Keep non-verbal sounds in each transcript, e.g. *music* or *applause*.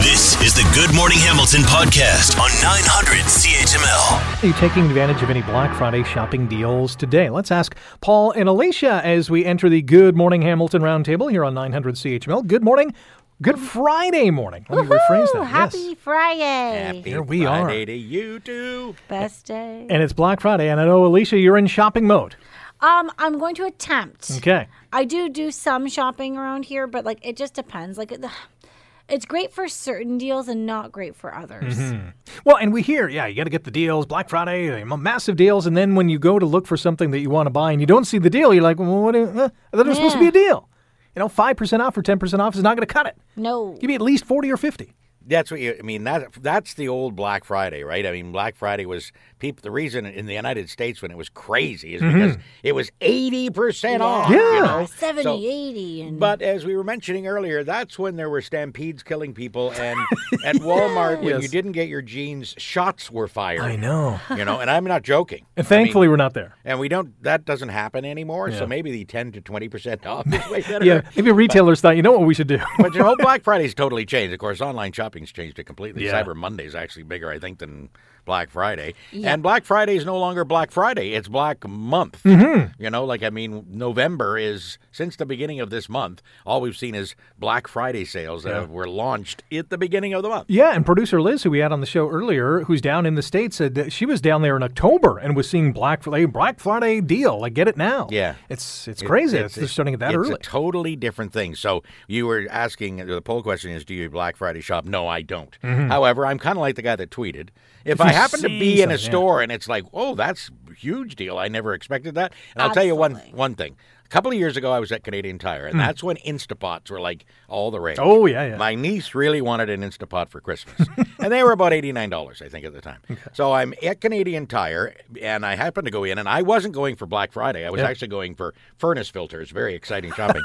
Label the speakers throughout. Speaker 1: This is the Good Morning Hamilton podcast on 900 CHML.
Speaker 2: Are you taking advantage of any Black Friday shopping deals today? Let's ask Paul and Alicia as we enter the Good Morning Hamilton roundtable here on 900 CHML. Good morning. Good Friday morning. Let me rephrase
Speaker 3: Woo,
Speaker 2: that.
Speaker 3: Happy
Speaker 2: Yes.
Speaker 3: Friday.
Speaker 2: Here we
Speaker 4: Friday
Speaker 2: are.
Speaker 4: to you too.
Speaker 3: Best day.
Speaker 2: And it's Black Friday, and I know, Alicia, you're in shopping mode.
Speaker 3: Um, I'm going to attempt.
Speaker 2: Okay.
Speaker 3: I do do some shopping around here, but like it just depends. Like it, *sighs* it's great for certain deals and not great for others.
Speaker 2: Mm-hmm. Well, and we hear, yeah, you got to get the deals, Black Friday, they're m- massive deals. And then when you go to look for something that you want to buy and you don't see the deal, you're like, well, what? Is, uh, I thought it was supposed to be
Speaker 3: Yeah.
Speaker 2: a deal. You know, 5% off or 10% off is not going to cut it.
Speaker 3: No.
Speaker 2: Give me at least 40 or 50.
Speaker 4: That's what you. I mean that that's the old Black Friday, right? I mean Black Friday was people. The reason in the United States when it was crazy is because it was eighty percent off. you
Speaker 2: Mm-hmm. Yeah.
Speaker 4: know?
Speaker 3: 70,
Speaker 4: So-
Speaker 3: 80 and
Speaker 4: But as we were mentioning earlier, that's when there were stampedes killing people,
Speaker 2: *laughs*
Speaker 4: and at Walmart, when you
Speaker 2: Yes.
Speaker 4: didn't get your jeans, shots were fired.
Speaker 2: I know.
Speaker 4: You know, and I'm not joking.
Speaker 2: And thankfully, we're not there.
Speaker 4: and we don't. That doesn't happen anymore.
Speaker 2: Yeah.
Speaker 4: So maybe the ten to twenty percent off is
Speaker 2: *laughs*
Speaker 4: way better.
Speaker 2: Yeah, maybe retailers thought, you know what we should do?
Speaker 4: but your whole Black Friday's totally changed. Of course, online shopping's changed it completely.
Speaker 2: Yeah.
Speaker 4: Cyber Monday's actually bigger, I think, than Black Friday. And Black Friday is no longer Black Friday; it's Black Month. You know, like I mean, November is since the beginning of this month. All we've seen is Black Friday sales that were launched at the beginning of the month.
Speaker 2: *laughs* yeah, and producer Liz, who we had on the show earlier, who's down in the States, said that she was down there in October and was seeing Black Friday, Black Friday deal. Like, get it now.
Speaker 4: Yeah.
Speaker 2: It's it's crazy. It's, they're starting it that
Speaker 4: it's
Speaker 2: early.
Speaker 4: a totally different thing. So you were asking the poll question is do you Black Friday shop? No, I don't. However, I'm kind of like the guy that tweeted. If I
Speaker 2: Mm-hmm. you
Speaker 4: happen to
Speaker 2: see
Speaker 4: be in a
Speaker 2: something, yeah.
Speaker 4: store and it's like, oh, that's a huge deal. I never expected that. And I'll tell you one
Speaker 3: Absolutely.
Speaker 4: one thing. A couple of years ago, I was at Canadian Tire, and that's when Instapots were like all the rage.
Speaker 2: Hmm. Oh, yeah, yeah.
Speaker 4: My niece really wanted an Instapot
Speaker 2: *laughs*
Speaker 4: for Christmas, and they were about $89, I think, at the time. So I'm at Canadian Tire, and I happened to go in, and I wasn't going for Black Friday. I was actually going for furnace filters, very
Speaker 2: *laughs*
Speaker 4: exciting shopping.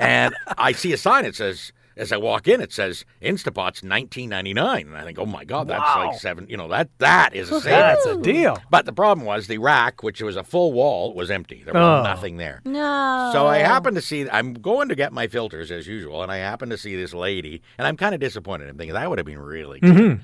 Speaker 4: and I see a sign that says, as I walk in, it says Instapot's $19.99. And I think, oh my God, that's
Speaker 2: Wow.
Speaker 4: like seven, you know, that that is a saving.
Speaker 2: That's a deal.
Speaker 4: But the problem was the rack, which was a full wall, was empty. There was
Speaker 2: Oh.
Speaker 4: nothing there.
Speaker 3: no.
Speaker 4: So I happen to see, I'm going to get my filters as usual, and I happen to see this lady, and I'm kind of disappointed. I'm thinking that would have been really good.
Speaker 2: Mm-hmm.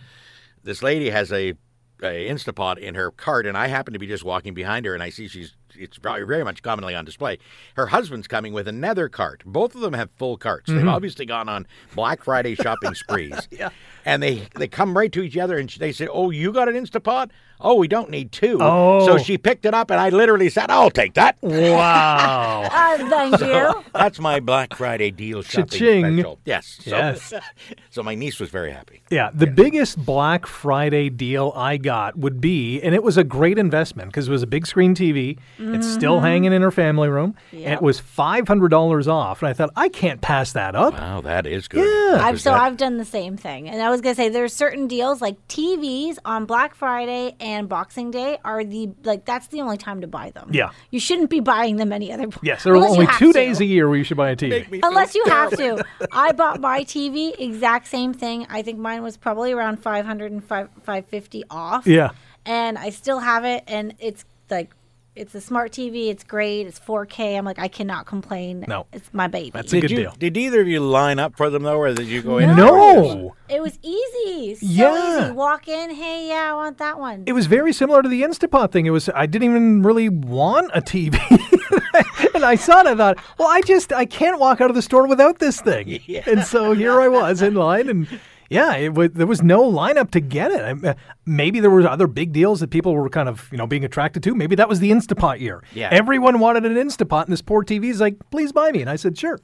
Speaker 4: This lady has a, a Instapot in her cart, and I happen to be just walking behind her, and I see she's, it's probably very much commonly on display. Her husband's coming with another cart. Both of them have full carts.
Speaker 2: Mm-hmm.
Speaker 4: They've obviously gone on Black
Speaker 2: *laughs*
Speaker 4: Friday shopping sprees. yeah. And they, they come right to each other, and they say, Oh, you got an Instapot? Oh, we don't need two.
Speaker 2: Oh.
Speaker 4: So she picked it up, and I literally said, I'll take that.
Speaker 2: Wow. *laughs*
Speaker 3: Uh, thank you.
Speaker 4: That's my Black Friday deal shopping
Speaker 2: Cha-ching.
Speaker 4: special. Yes. So,
Speaker 2: Yes.
Speaker 4: *laughs* so my niece was very happy.
Speaker 2: Yeah, the biggest Black Friday deal I got would be, and it was a great investment because it was a big screen TV. It's still hanging in her family room, and it
Speaker 3: Yep.
Speaker 2: was five hundred dollars off. And I thought I can't pass that up.
Speaker 4: Wow, that is good.
Speaker 2: Yeah.
Speaker 3: I've, so I've done the same thing. And I was going to say there's certain deals like TVs on Black Friday and Boxing Day are the like that's the only time to buy them.
Speaker 2: Yeah.
Speaker 3: You shouldn't be buying them any other
Speaker 2: Yes, there are
Speaker 3: *laughs* Unless you
Speaker 2: only
Speaker 3: have
Speaker 2: two
Speaker 3: to.
Speaker 2: days a year where you should buy a TV.
Speaker 3: Unless you
Speaker 2: *laughs*
Speaker 3: have to. I bought my TV, exact same thing. I think mine was probably around 500 and 5, 550 off.
Speaker 2: yeah,
Speaker 3: And I still have it. And it's like, it's a smart TV. It's great. It's 4K. I'm like, I cannot complain.
Speaker 2: No.
Speaker 3: It's my baby.
Speaker 2: That's a
Speaker 4: Did
Speaker 2: good
Speaker 4: you?
Speaker 2: deal.
Speaker 4: Did either of you line up for them though, or did you go in?
Speaker 2: No,
Speaker 3: it was easy. So
Speaker 2: Yeah.
Speaker 3: easy. Walk in. Hey, yeah, I want that one.
Speaker 2: it was very similar to the Instapot thing. It was I didn't even really want a TV, *laughs* and I saw it. I thought, well, I just I can't walk out of the store without this
Speaker 4: *laughs*
Speaker 2: thing. And so here I was in line, and yeah, it was, there was no lineup to get it. I, uh, maybe there were other big deals that people were kind of you know being attracted to. Maybe that was the Instapot year.
Speaker 4: Yeah.
Speaker 2: everyone wanted an Instapot, and this poor TV is like, please buy me, and I said
Speaker 4: *laughs*
Speaker 2: sure.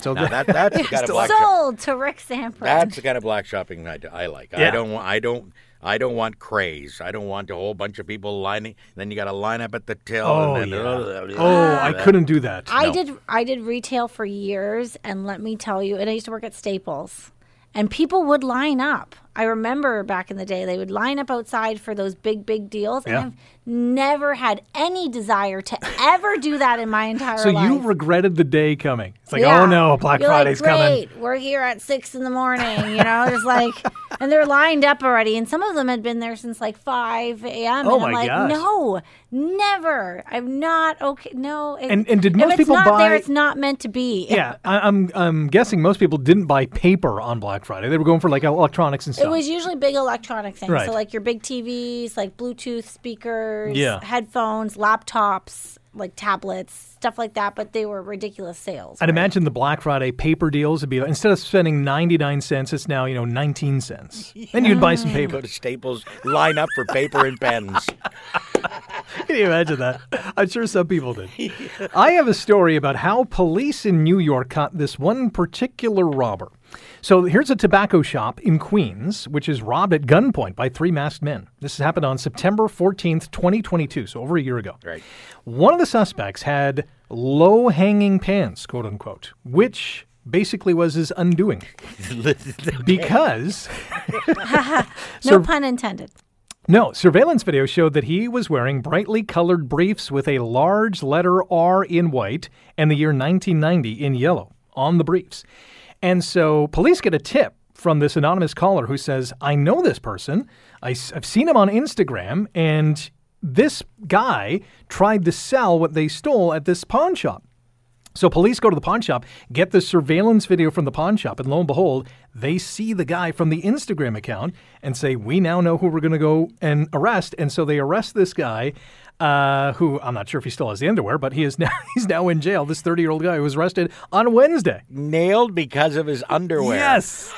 Speaker 2: So
Speaker 4: Now that that's the kind of black. shop-
Speaker 3: Sold to Rick Sampras.
Speaker 4: that's the kind of black shopping I, I like.
Speaker 2: Yeah.
Speaker 4: I don't want. I don't. I don't want craze. I don't want a whole bunch of people lining. Then you got to line up at the till.
Speaker 2: oh
Speaker 4: and then, uh,
Speaker 2: yeah. oh, I
Speaker 4: *laughs*
Speaker 2: couldn't do that.
Speaker 3: I
Speaker 4: No.
Speaker 3: did I did retail for years and let me tell you, and I used to work at Staples. And people would line up. I remember back in the day they would line up outside for those big big deals and
Speaker 2: Yeah.
Speaker 3: I've never had any desire to ever do that in my
Speaker 2: *laughs*
Speaker 3: entire
Speaker 2: So
Speaker 3: life.
Speaker 2: you regretted the day coming. It's like,
Speaker 3: Yeah.
Speaker 2: oh no, Black
Speaker 3: You're
Speaker 2: Friday's
Speaker 3: like,
Speaker 2: coming.
Speaker 3: Great, we're here at six in the morning. You know, there's like, *laughs* and they're lined up already, and some of them had been there since like five a.m.
Speaker 2: Oh
Speaker 3: and
Speaker 2: my
Speaker 3: I'm like,
Speaker 2: gosh.
Speaker 3: no, never. I'm not okay. No. It,
Speaker 2: And- and did
Speaker 3: if
Speaker 2: most
Speaker 3: it's
Speaker 2: people
Speaker 3: not there?
Speaker 2: buy-
Speaker 3: It's not meant to be.
Speaker 2: Yeah, I, I'm I'm guessing most people didn't buy paper on Black Friday. They were going for like electronics and stuff.
Speaker 3: It was usually big electronic things.
Speaker 2: Right.
Speaker 3: So like your big TVs, like Bluetooth speakers,
Speaker 2: Yeah.
Speaker 3: headphones, laptops, like tablets, stuff like that. But they were ridiculous sales.
Speaker 2: I'd imagine the Black Friday paper deals would be like, instead of spending 99 cents, it's now, you know, 19 *laughs* cents. Then you'd buy some
Speaker 4: Go
Speaker 2: paper.
Speaker 4: to Staples, line up for paper and
Speaker 2: *laughs*
Speaker 4: pens.
Speaker 2: Can you imagine that? I'm sure some people *laughs* did. I have a story about how police in New York caught this one particular robber. So here's a tobacco shop in Queens, which is robbed at gunpoint by three masked men. This happened on September 14th, 2022, so over a year ago.
Speaker 4: Right.
Speaker 2: One of the suspects had low hanging pants, quote unquote, which basically was his undoing. because
Speaker 3: no pun intended.
Speaker 2: no surveillance video showed that he was wearing brightly colored briefs with a large letter R in white and the year 1990 in yellow on the briefs. And so police get a tip from this anonymous caller who says, "I know this person. I, have seen him on Instagram and this guy tried to sell what they stole at this pawn shop." So police go to the pawn shop, get the surveillance video from the pawn shop, and lo and behold, they see the guy from the Instagram account and say, "We now know who we're going to go and arrest." And so they arrest this guy, uh, who I'm not sure if he still has the underwear, but he is *laughs* now he's now in jail. This 30 year old guy who was arrested on Wednesday.
Speaker 4: Nailed because of his underwear.
Speaker 2: Yes.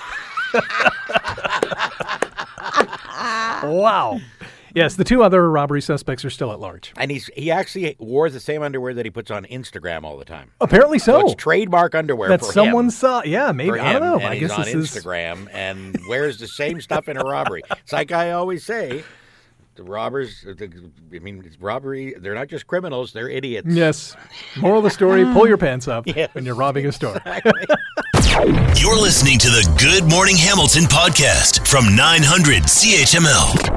Speaker 2: *laughs* wow. Yes, the two other robbery suspects are still at large.
Speaker 4: And he's he actually wore the same underwear that he puts on Instagram all the time.
Speaker 2: Apparently so.
Speaker 4: It's trademark underwear
Speaker 2: Oh. that
Speaker 4: for
Speaker 2: someone
Speaker 4: him.
Speaker 2: saw. Yeah, maybe
Speaker 4: for
Speaker 2: I don't
Speaker 4: him,
Speaker 2: know.
Speaker 4: And
Speaker 2: I
Speaker 4: he's
Speaker 2: guess
Speaker 4: on
Speaker 2: this is
Speaker 4: Instagram and wears the same stuff in
Speaker 2: *laughs*
Speaker 4: a robbery. It's like I always say, the robbers. The, I mean, it's robbery. They're not just criminals; they're idiots.
Speaker 2: Yes. Moral of the story: pull your pants up when you're robbing a store.
Speaker 1: You're listening to the Good Morning Hamilton podcast from 900 CHML.